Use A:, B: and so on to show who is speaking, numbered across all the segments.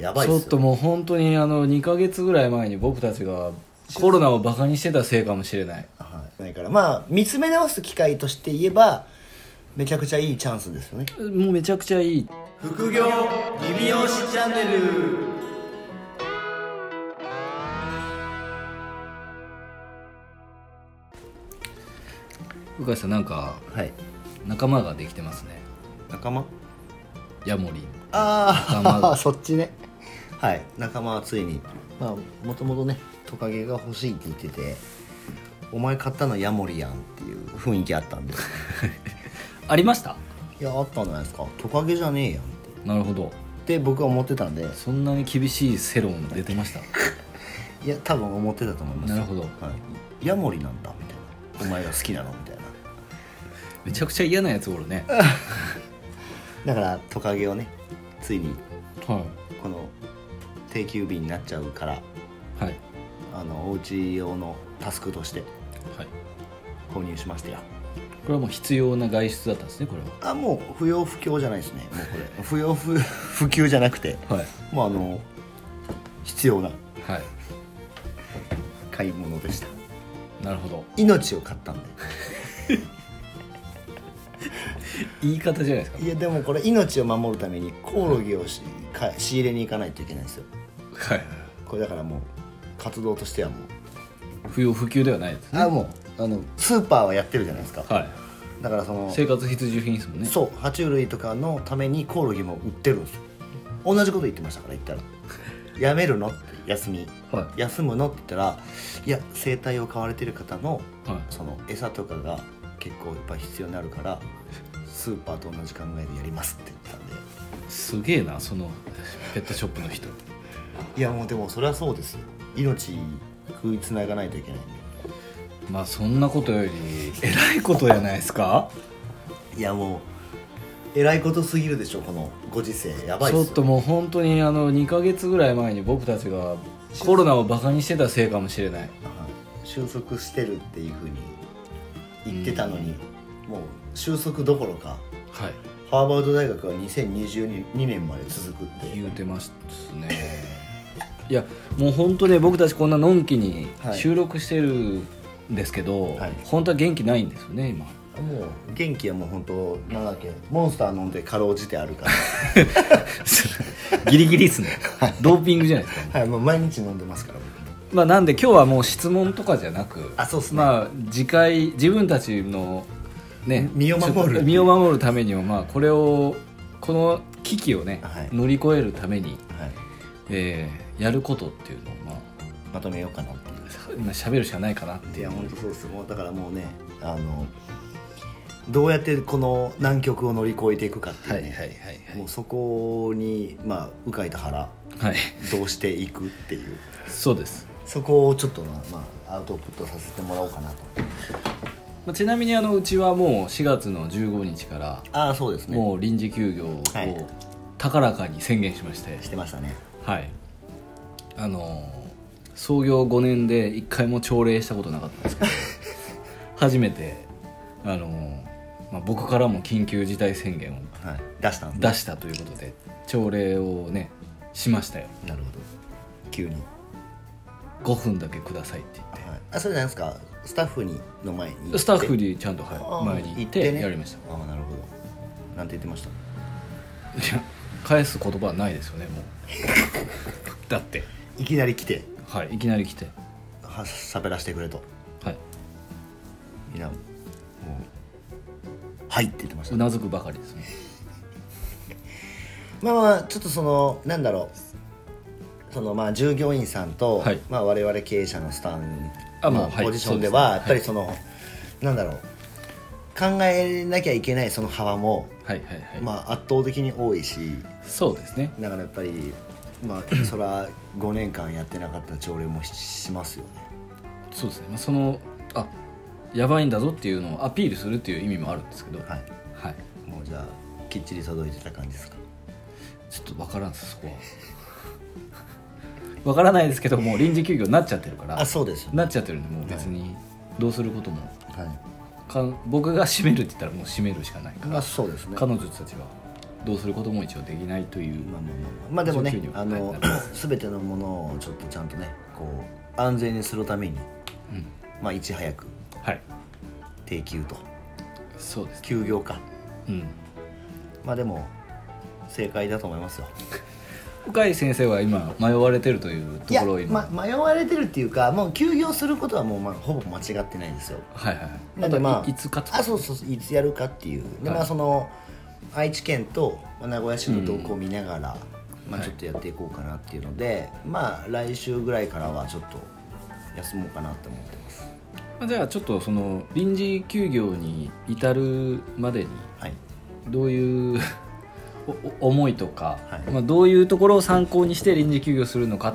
A: やばい
B: ち
A: っ
B: ょっ
A: すよ
B: ともう本当にあの2ヶ月ぐらい前に僕たちがコロナをバカにしてたせいかもしれない
A: はい、ないからまあ見つめ直す機会として言えばめちゃくちゃいいチャンスですよね
B: もうめちゃくちゃいい
A: 副業リビオシチャンネル
B: 鵜飼さんなんか
A: はい
B: 仲間ができてますね
A: 仲間
B: ヤモリ仲間
A: ああ
B: が
A: そっちねはい仲間はついにまあもともとねトカゲが欲しいって言っててお前買ったのヤモリやんっていう雰囲気あったんで
B: ありました
A: いやあったんじゃないですかトカゲじゃねえやんっ
B: なるほど
A: て僕は思ってたんで
B: そんなに厳しい世論出てました
A: いや多分思ってたと思いますよ
B: なるほど
A: はい、ヤモリなんだみたいなお前が好きなのみたいな
B: めちゃくちゃ嫌なやつおるね
A: だからトカゲをねついに
B: は
A: この定休日になっちゃうから
B: いはい
A: あのおうち用のタスクとして
B: はい
A: 購入しましたよ
B: これはもう必要な外出だったんですねこれ
A: あもう不要不急じゃないですねもうこれ不要不不急じゃなくて
B: ははい
A: もうあの必要な
B: はい
A: 買い物でした
B: なるほど
A: 命を買ったん
B: 言い方じゃないですか
A: でいやでもこれ命を守るためにコオロギをしか仕入れに行かないといけないんですよ
B: はいはい
A: これだからもう活動としてはもう
B: 不要不急ではないですね
A: あもうあのスーパーはやってるじゃないですか
B: はい
A: だからその
B: 生活必需品ですもんね
A: そう爬虫類とかのためにコオロギも売ってるんですよ同じこと言ってましたから 言ったら「やめるの?」って休み
B: はい
A: 休むのって言ったらいや生態を飼われてる方の
B: はい
A: その餌とかが結構いっぱい必要になるからスーパーと同じ考えでやりますって言ってたんです
B: げえなそのペットショップの人
A: いやもうでもそれはそうですよ命食いつながないといけないんで
B: まあそんなことよりえらいことやないですか
A: いやもうえらいことすぎるでしょこのご時世やばい
B: ち
A: っすよ
B: ょっともう本当にあの2ヶ月ぐらい前に僕たちがコロナをバカにしてたせいかもしれない
A: はい収束してるっていうふうに言ってたのに、もう収束どころか
B: はい
A: ハーバード大学は2022年まで続くって
B: 言うてますねいやもう本当ね僕たちこんなのんきに
A: はい
B: 収録してるんですけど、
A: はい
B: 本当は元気ないんですよね今
A: もう元気はもう本当なんだっけモンスター飲んでかろうじてあるか
B: ギリギリっすね ドーピングじゃないですか ら
A: はいもう毎日飲んでますから
B: まあ、なんで今日はもう質問とかじゃなく
A: あそうっすね
B: まあ、次回自分たちの、ね、
A: 身を守る
B: ちょっと身を守るためにも、まあ、これをこの危機をね、
A: はい
B: 乗り越えるために、
A: はい、
B: えーやることっていうのを、まあ、
A: まとめようかなっ
B: 今しゃべるしかないかなって
A: て
B: い
A: いうや本当そうですもうだからもうねあのどうやってこの難局を乗り越えていくかっていう、ねもうそこにまあ鵜飼と腹
B: はい、
A: どうしていくっていう
B: そうです、
A: そこをちょっとな、まあ、アウトプットさせてもらおうかなと
B: まあ、ちなみにあのうちはもう4月の15日から
A: ああそうです
B: もう臨時休業を
A: はい
B: 高らかに宣言しまして、
A: してましたね
B: はいあのー創業5年で一回も朝礼したことなかったん ですけど初めてあのー、まあ、僕からも緊急事態宣言を
A: はい出したん
B: 出したということで朝礼をねしましたよ
A: なるほど急に、
B: 5分だけくださいって言って
A: あそれなんですかスタッフにの前に行って
B: スタッフにちゃんと、は
A: あ
B: い、
A: ー
B: 前に行ってやりました、
A: ああなるほどなんて言ってました
B: いや返す言葉はないですよねもうだって
A: いきなり来て
B: はいいきなり来て
A: は喋らせてくれと
B: はい
A: みんなもう「はい」って言ってました
B: うなずくばかりですね
A: まあまあちょっとそのなんだろうそのまあ従業員さんと、
B: はい
A: まあ我々経営者のスタン
B: あもう
A: まあ
B: はい
A: ポジションではやっ
B: そ
A: ぱ
B: うで
A: りその、なんだろう考えなきゃいけないその幅も、
B: はいはいはい、
A: まあ圧倒的に多いし
B: そうですね
A: だからやっぱりまあ そら5年間やってなかった朝礼もししますよね
B: そうですね、まあ、そのあやばいんだぞっていうのをアピールするっていう意味もあるんですけど、はい
A: はいもうじゃあきっちり届いてた感じですか
B: ちょっとわからんですそこは わからないですけどもう臨時休業になっちゃってるから
A: あそうですよね
B: なっちゃってるんでもう別にどうすることも
A: はい
B: かん僕が閉めるって言ったらもう閉めるしかないから、
A: まあそうですね
B: 彼女たちはどうすることも一応できないという、
A: まあまあまあまあまあでも
B: 19
A: ね
B: には
A: あの
B: なります
A: 全てのものをちょっとちゃんとねこう安全にするために、
B: うん
A: まあ、いち早く
B: はい
A: 定休と
B: そうです、
A: 休業か
B: うん、
A: まあでも正解だと思いますよ
B: 深井先生は今迷われてるというところを今
A: ま、迷われてるっていうかもう休業することはもう、まあ、ほぼ間違ってないんですよ
B: はいはいはい
A: なんでまあ
B: いいつかと
A: あそうそういつやるかっていうで、
B: はい
A: まあその愛知県とまあ名古屋市の動向を見ながら、まあ、ちょっとやっていこうかなっていうので、まあ来週ぐらいからはちょっと休もうかなと思ってます
B: まあじゃあちょっとその臨時休業に至るまでに
A: はい
B: どういう おお思いとか、
A: はい
B: まあ、どういうところを参考にして臨時休業するのか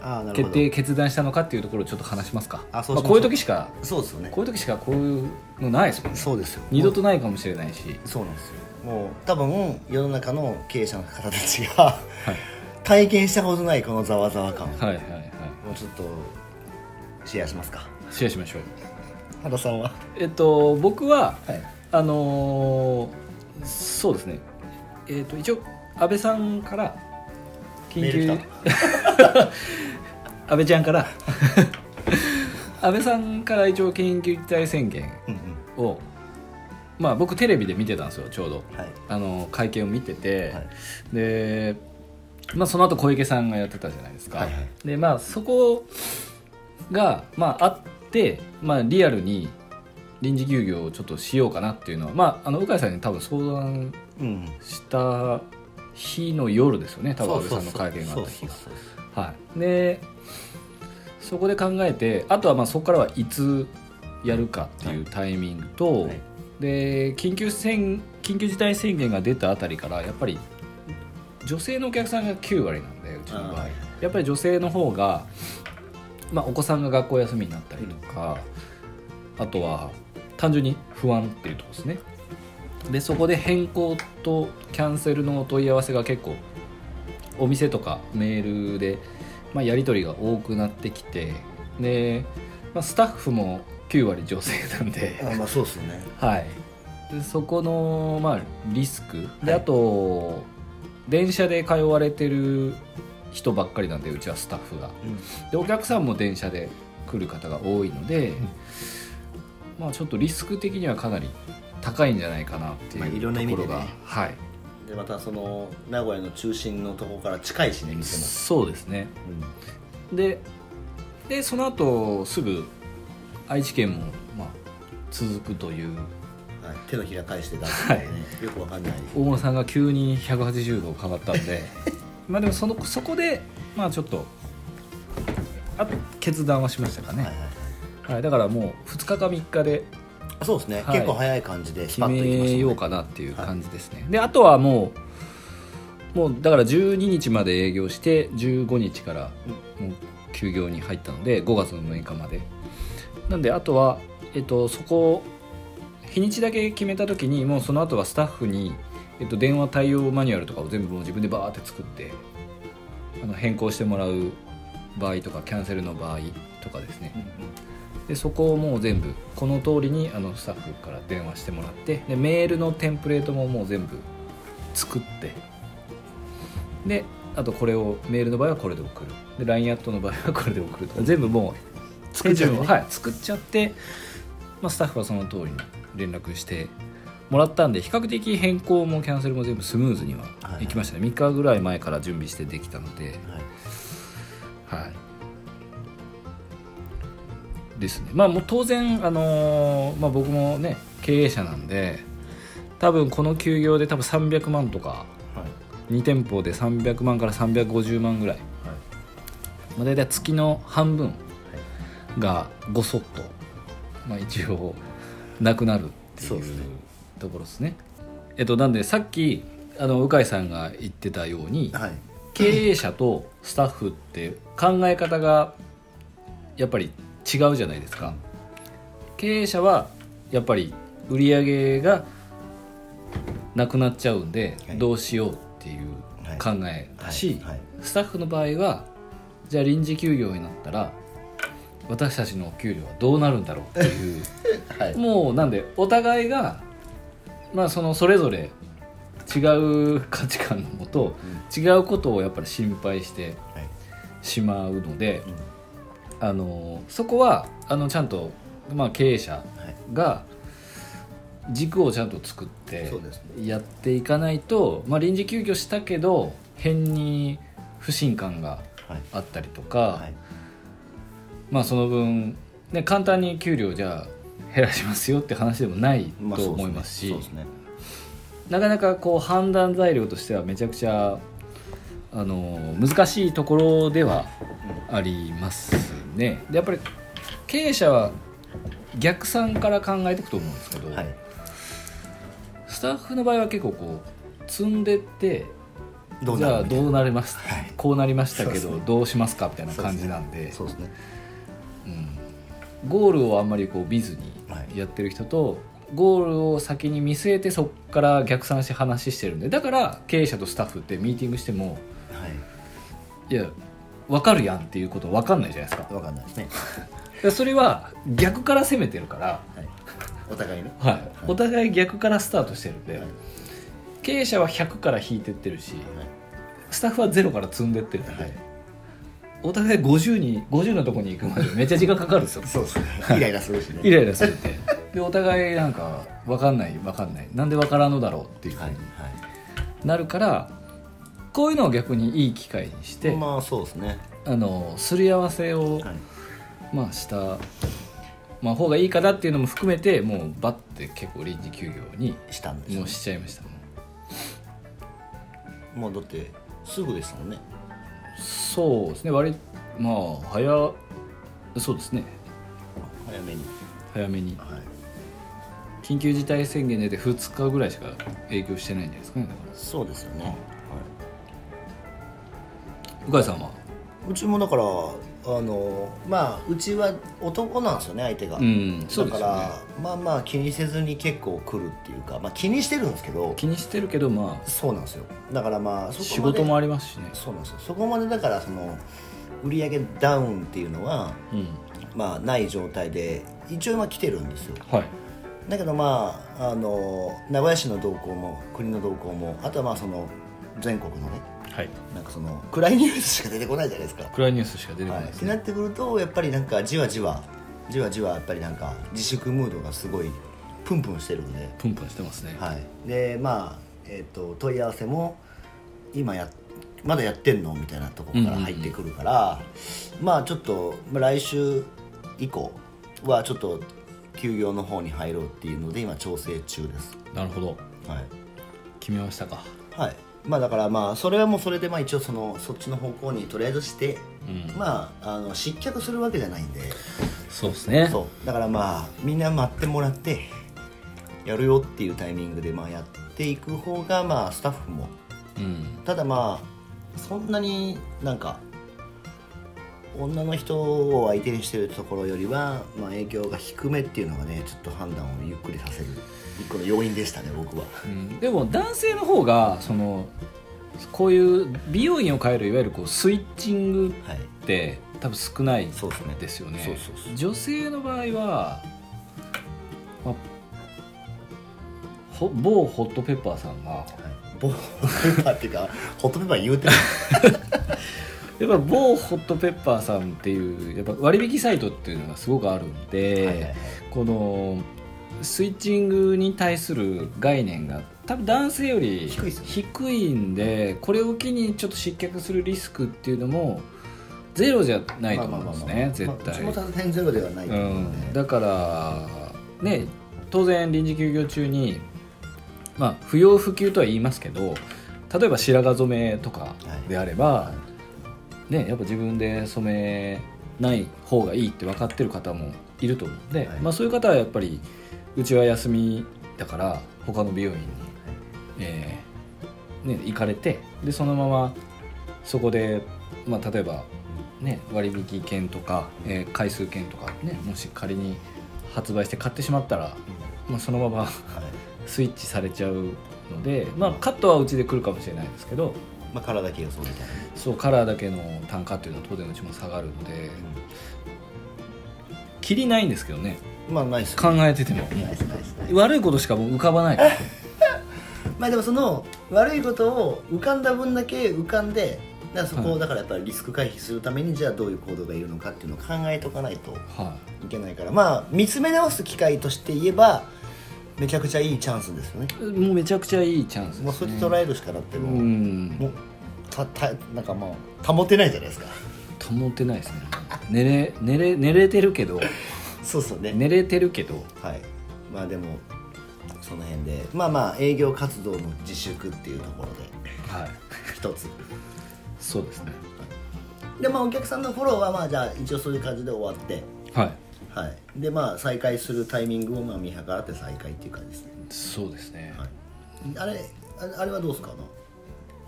A: ああなるほ
B: 決
A: ど
B: 定決断したのかっていうところをちょっと話しますか
A: あそうしましょう
B: こういう時しか
A: そうですよね
B: こういう時しかこういうのないですもんね
A: そうですよ
B: 二度と
A: も
B: ないかもしれないし
A: うそうなんですよもう多分世の中の経営者の方たちが体験したことないこのざわざわ感も
B: はいはいはいう
A: ちょっとシェアしますか
B: シェアしましょう
A: 原さんは
B: えっと僕は
A: はい
B: あのーそうですねえっと一応安倍さんから緊
A: メ
B: 急
A: ール来
B: 安倍ちゃんから 安倍さんから一応緊急事態宣言
A: うん
B: をまあ僕テレビで見てたんですよちょうど
A: うんはい
B: あの会見を見てて、
A: はい
B: で、まあ、その後小池さんがやってたじゃないですか、
A: はいはい
B: でまあそこが、まあ、あって、まあ、リアルに臨時休業をちょっとしようかなっていうのは、まあ、あの鵜飼さんに多分相談
A: うん
B: した日の夜ですよね多分安倍さんの会見があ
A: そう
B: った日
A: そう
B: が
A: そうそう
B: はいでそこで考えてあとはまあそこからはいつやるかっていうタイミングと、
A: はい
B: で緊急宣緊急事態宣言が出たあたりからやっぱり女性のお客さんが9割なんでうちの場合
A: あ
B: やっぱり女性の方が、まあ、お子さんが学校休みになったりとか、あとは単純に不安っていうところですねでそこで変更とキャンセルのお問い合わせが結構お店とかメールで、まあ、やり取りが多くなってきてで、まあ、スタッフも9割女性なんで。
A: あまあそうですよね
B: はい、でそこの、まあ、リスクで、
A: はい
B: あと電車で通われてる人ばっかりなんでうちはスタッフがでお客さんも電車で来る方が多いので、まあ、ちょっとリスク的にはかなり高いんじゃないかなって
A: まあ
B: い
A: いうろんな
B: と
A: 意
B: こ
A: 味
B: ろ
A: でね
B: が、はい
A: でまたその名古屋の中心のところから近いしね店も、
B: そうですね
A: うん
B: ででその後すぐ愛知県も、まあ、続くという
A: はい、手のひら返して出すみたいなね、よくわかんない
B: 大物さんが急に180度変わった んでまあでもそのそこでまあちょっとあ決断はしましたかね、
A: はいはいはい
B: はいだからもう2日か3日で
A: あそうですね、
B: はい
A: 結構早い感じでス
B: 決
A: パッといきました
B: め
A: ね
B: ようかなっていう感じですね、であとはもうもうだから12日まで営業して15日からもう休業に入ったので5月の6日までなんであとは、えっと、そこ日にちだけ決めた時にもうその後はスタッフに、えっと、電話対応マニュアルとかを全部もう自分でバーって作ってあの変更してもらう場合とかキャンセルの場合とかですね、でそこをもう全部この通りにあのスタッフから電話してもらってでメールのテンプレートももう全部作ってであとこれをメールの場合はこれで送るで LINE アットの場合はこれで送るとか全部もう
A: 作っちゃう
B: 手
A: ね
B: 順をはい、作っちゃって、まあ、スタッフはその通りに連絡してもらったんで比較的変更もキャンセルも全部スムーズには
A: はいはい
B: いきましたね、3日ぐらい前から準備してできたので、
A: はい
B: はい、ですねまあもう当然、あのーまあ、僕もね経営者なんで多分この休業で多分300万とか
A: はい
B: 2店舗で300万から350万ぐらい、
A: はい
B: まあ、大体月の半分がごそっと、まあ、一応なくなるって
A: そう
B: い
A: です
B: う
A: ね
B: ところですね。えっと、なんでさっきあの鵜飼さんが言ってたように、
A: はい
B: 経営者とスタッフって考え方がやっぱり違うじゃないですか経営者はやっぱり売り上げがなくなっちゃうんで
A: はい
B: どうしようっていう考えだし、
A: はいはい
B: スタッフの場合はじゃあ臨時休業になったら私たちのお給料はどうなるんだろうっていう
A: はい
B: もうなんでお互いが、まあ、そのそれぞれ違う価値観のもと、違うことをやっぱり心配して
A: はい
B: しまうので
A: う、ん
B: あのそこはあのちゃんと、まあ、経営者
A: はい
B: が軸をちゃんと作って
A: そうですね
B: やっていかないと、まあ、臨時休業したけど変に不信感が
A: はい
B: あったりとか、
A: はい
B: まあその分、ね、簡単に給料じゃあ減らしますよって話でもない
A: まあ
B: と
A: そうで
B: 思いますし、
A: そうですね
B: なかなかこう判断材料としてはめちゃくちゃあの難しいところではありますね。でやっぱり経営者は逆算から考えていくと思うんですけど、
A: はい
B: スタッフの場合は結構こう積んでって
A: どう
B: じ
A: な
B: ゃ
A: る
B: あ
A: みたい
B: どうなります、
A: はい
B: こうなりましたけ
A: そう
B: ど、
A: ですね
B: どうしますかみたいな感じなんで
A: そうですね
B: うんゴールをあんまりこう見ず
A: はい
B: にやってる人と、ゴールを先に見据えてそこから逆算して話してるんでだから経営者とスタッフってミーティングしても
A: はい
B: いや分かるやんっていうこと分かんないじゃないですかだか
A: わかんないですね
B: らそれは逆から攻めてるから、
A: はいお互いね
B: はいお互い逆からスタートしてるんで、
A: はい
B: 経営者は100から引いてってるし
A: はい
B: スタッフは0から積んでってるんで、
A: はい
B: お互い50に50のとこに行くまでめっちゃ時間かかるんですよ
A: そうですねイライラするしね
B: イライラされて でお互いなんか分かんない分かんないなんで分からんのだろうっていうふう
A: はい
B: に
A: は
B: なるから、こういうのを逆にいい機会にして、
A: いまあそうですね
B: あのすり合わせを、
A: はい
B: まあした、まあ、方がいいかなっていうのも含めてもうバッて結構臨時休業に
A: したんですよ
B: もうしちゃいましたもん
A: もうだってすぐですもんね
B: そうですね割まあ早そうですね
A: 早めに
B: 早めに
A: はい
B: 緊急事態宣言出て2日ぐらいしか影響してないんじゃないですかねだか
A: そうですよねは、
B: ら鵜飼さんはい
A: うちもだからあのまあうちは男なんですよね相手が、
B: うんそう
A: だか
B: です
A: ら、
B: よね
A: まあまあ気にせずに結構来るっていうか、まあ、気にしてるんですけど
B: 気にしてるけどま
A: そうなんですよだからまあ
B: あ
A: そこまで
B: 仕事もありますしね
A: そうなんですよそこまでだからその売上ダウンっていうのは
B: うん
A: まあない状態で一応今来てるんですよ
B: はい
A: だけどまああの名古屋市の動向も国の動向もあとはまあその全国のね
B: はい
A: なんかその暗いニュースしか出てこないじゃないですか
B: 暗いニュースしか出てこ
A: は
B: な
A: い、
B: い
A: っ
B: です
A: て
B: ね、
A: なってくるとやっぱりなんかじわじわじわじわやっぱりなんか自粛ムードがすごいプンプンしてるので、
B: プンプンしてますね、
A: はい、でまあ、えっと問い合わせも今やまだやってんのみたいなところから入ってくるから、まあちょっとまあ来週以降はちょっと休業の方に入ろうっていうので今調整中です
B: なるほど
A: はい、
B: 決めましたか
A: はい、まあだからまあそれはもうそれでまあ一応そのそっちの方向にとりあえずして
B: うん
A: まあ、あの失脚するわけじゃないんで
B: そうです ね
A: そうだからまあみんな待ってもらってやるよっていうタイミングでまあやっていく方がまあスタッフも
B: うん
A: ただまあそんなになんか女の人を相手にしてるところよりは、まあ、影響が低めっていうのがねちょっと判断をゆっくりさせる一個の要因でしたね僕は
B: うん、でも男性の方がそのこういう美容院を変えるいわゆるこうスイッチング
A: はい
B: って多分少ない
A: そうですね
B: ですよね
A: そうそうそう
B: 女性の場合は、まあほ某ホットペッパーさんが
A: はいボーペッパーっていうか ホットペッパー言うてる
B: やっぱ某ホットペッパーさんっていうやっぱ割引サイトっていうのがすごくあるんで、
A: はいはいはい
B: このスイッチングに対する概念が多分男性より
A: 低いっすね
B: 低いんでこれを機にちょっと失脚するリスクっていうのもゼロじゃないと思うんですね絶
A: まあう
B: 対
A: ちもさすがにゼロではないと
B: う
A: 思うん
B: ん
A: で、
B: だからね当然臨時休業中にまあ不要不急とは言いますけど例えば白髪染めとかであれば、
A: は
B: ね、やっぱ自分で染めない方がいいって分かってる方もいると思うんで、
A: はい
B: まあ、そういう方はやっぱりうちは休みだから他の美容院に、えーね、行かれてでそのままそこで、まあ、例えば、ね、割引券とか、えー回数券とか、ね、もし仮に発売して買ってしまったら、まあ、そのま ま
A: はい
B: スイッチされちゃうので、まあ、カットはうちで来るかもしれないですけど
A: まあ、体だけ予想みたいなね、
B: そうカラーだけの単価っていうのは当然うちも下がるのできりないんですけどね
A: まあないっす
B: 考
A: ね
B: えてても
A: ないっすないっすないっす
B: 悪いことしかもう浮かばないから
A: まあでもその悪いことを浮かんだ分だけ浮かんでだからそこをだからやっぱりリスク回避するためにじゃあどういう行動がいるのかっていうのを考えとかないと
B: はい
A: けないからまあ見つめ直す機会として言えばめちゃくちゃいいチャンスですよね
B: いもうめちゃくちゃいいチャンスです、ね、
A: もうそれ捉えるしかなくて
B: う
A: も、
B: ん
A: もうたたなんかもう保てないじゃないですか
B: 保ってないですね寝れ寝れ寝れてるけど
A: そうそうね
B: 寝れてるけど
A: はいまあでもその辺でまあまあ営業活動の自粛っていうところで
B: はい
A: 一つ
B: そうですね
A: でまあお客さんのフォローはまあじゃあ一応そういう感じで終わって
B: はい
A: はいでまあ再開するタイミングをまあ見計らって再開っていう感じですね、
B: そうですね、
A: はい、あれあれあれはどうですかあの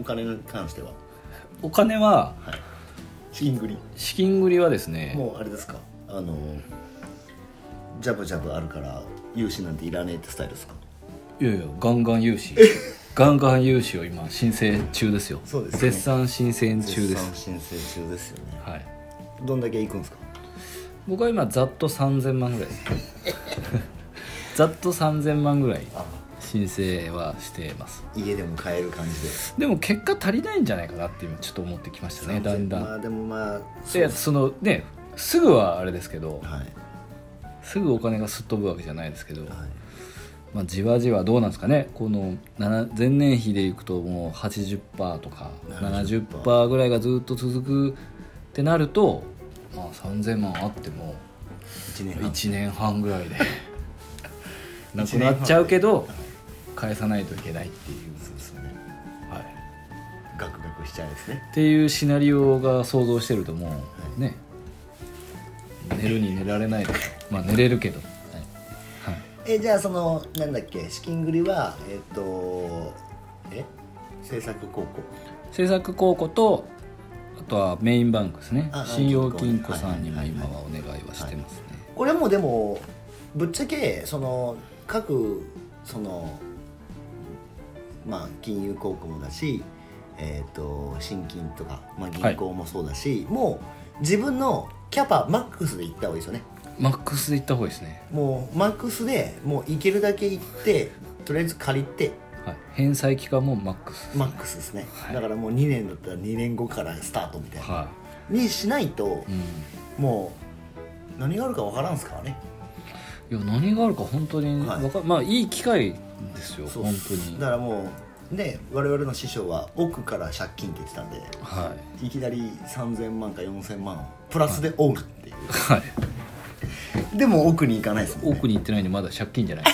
A: お金に関しては
B: お金は
A: はい資金繰り
B: 資金繰りはですね
A: もうあれですかあのジャブジャブあるから融資なんていらねえってスタイルですか
B: いやいやガンガン融資ガンガン融資を今申請中ですよ
A: そうですね
B: 絶賛申請中です
A: 絶賛申請中ですよね
B: はい
A: どんだけ行くんですか
B: 僕は今ざっと3000万ぐらいです ざっと3000万ぐらい
A: あ
B: 申請はしてます
A: 家でも買える感じで
B: でも結果足りないんじゃないかなって今ちょっと思ってきましたねだんだん、
A: まあでもまあ
B: いやそのねすぐはあれですけど
A: はい
B: すぐお金がすっ飛ぶわけじゃないですけど、
A: はい
B: まあ、じわじわどうなんですかねこの7前年比でいくともう80%とか
A: 70%
B: 70%ぐらいがずっと続くってなると、まあ、3000万あっても
A: 1年半
B: 1年半ぐ らいでなくなっちゃうけど返さないといけないっていう、
A: そうですよね
B: はい、
A: ガクガクしちゃうですね
B: っていうシナリオが想像してるともうね寝るに寝られないですまあ寝れるけど、はい、
A: えじゃあそのなんだっけ資金繰りはえっ、とえ制作高校
B: 政策公庫とあとはメインバンクですね
A: ああ
B: 信用金庫さんにも
A: はいはい
B: 今
A: はい
B: はお願いはしてますね、
A: これもでもぶっちゃけその各そのまあ金融高校もだしえっ、と新金とか、まあ、銀行もそうだし、もう自分のキャパマックスでいった方がいいですよね
B: マックスで行った方がいいですね、
A: もうマックスでもう行けるだけ行ってとりあえず借りて
B: はい、返済期間もマックス、
A: マックスですね、
B: はい
A: だからもう2年だったら2年後からスタートみたいな、
B: は
A: にしないと
B: い、うん、い
A: もう何があるかわからんすからね
B: や何があるか本当に
A: はい
B: わか、まあいい機会ですよ
A: そう
B: 本
A: っ
B: 当
A: す
B: に
A: だからもうね我々の師匠は奥から借金って言ってたんで
B: はい
A: きなり3000万か4000万プラスでオンっていう、
B: い、はい、
A: でも奥に行かないですもんね
B: 奥に行ってないんでまだ借金じ ゃない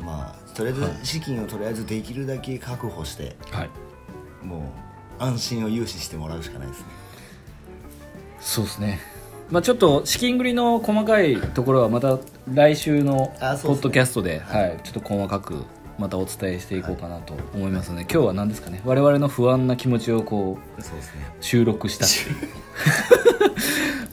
A: まあとりあえ
B: はい
A: ず資金をとりあえずできるだけ確保して
B: はい
A: もう安心を融資してもらうしかないですね
B: そうですねまあちょっと資金繰りの細かいところはまた来週のポ
A: あそうっすね
B: ッドキャストではい、ちょっと細かくまたお伝えしていこうかなと思いますので、今日は何ですかね我々の不安な気持ちをこう
A: そうですね
B: 収録した っていう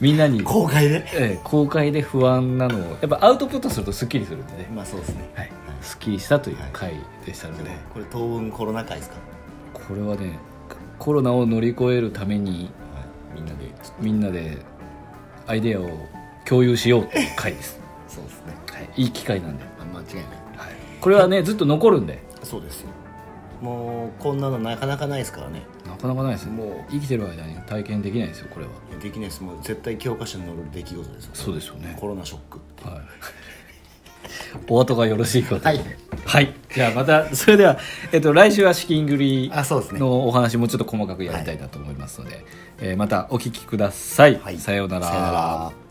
B: みんな に、
A: 公開で
B: ええ公開で不安なのをやっぱアウトプットするとすっきりするんでね、
A: まあそうですね
B: はい、すっきりしたという
A: はい
B: 回でしたので、
A: これ当分コロナ禍ですか、
B: これはねコロナを乗り越えるために
A: はい、みんなで
B: みんなでアイデアを共有しようっていう回です、
A: そうですね
B: はい、いい機会なんで、
A: あ間違いない
B: はい、これはねずっと残るんで
A: そうですよもうこんなのなかなかないですからね
B: なかなかないですね
A: もう
B: 生きてる間に体験できないですよこれは
A: できないですもう絶対教科書に載る出来事ですよ
B: そうですよね
A: コロナショック
B: はい お後がよろしいことで
A: はい
B: はいじゃあまたそれでは、えっと、来週は資金繰り
A: あそうですね
B: のお話もちょっと細かくやりたいなと思いますので、えーまたお聞きください、
A: はい
B: さような
A: さようなら
B: ら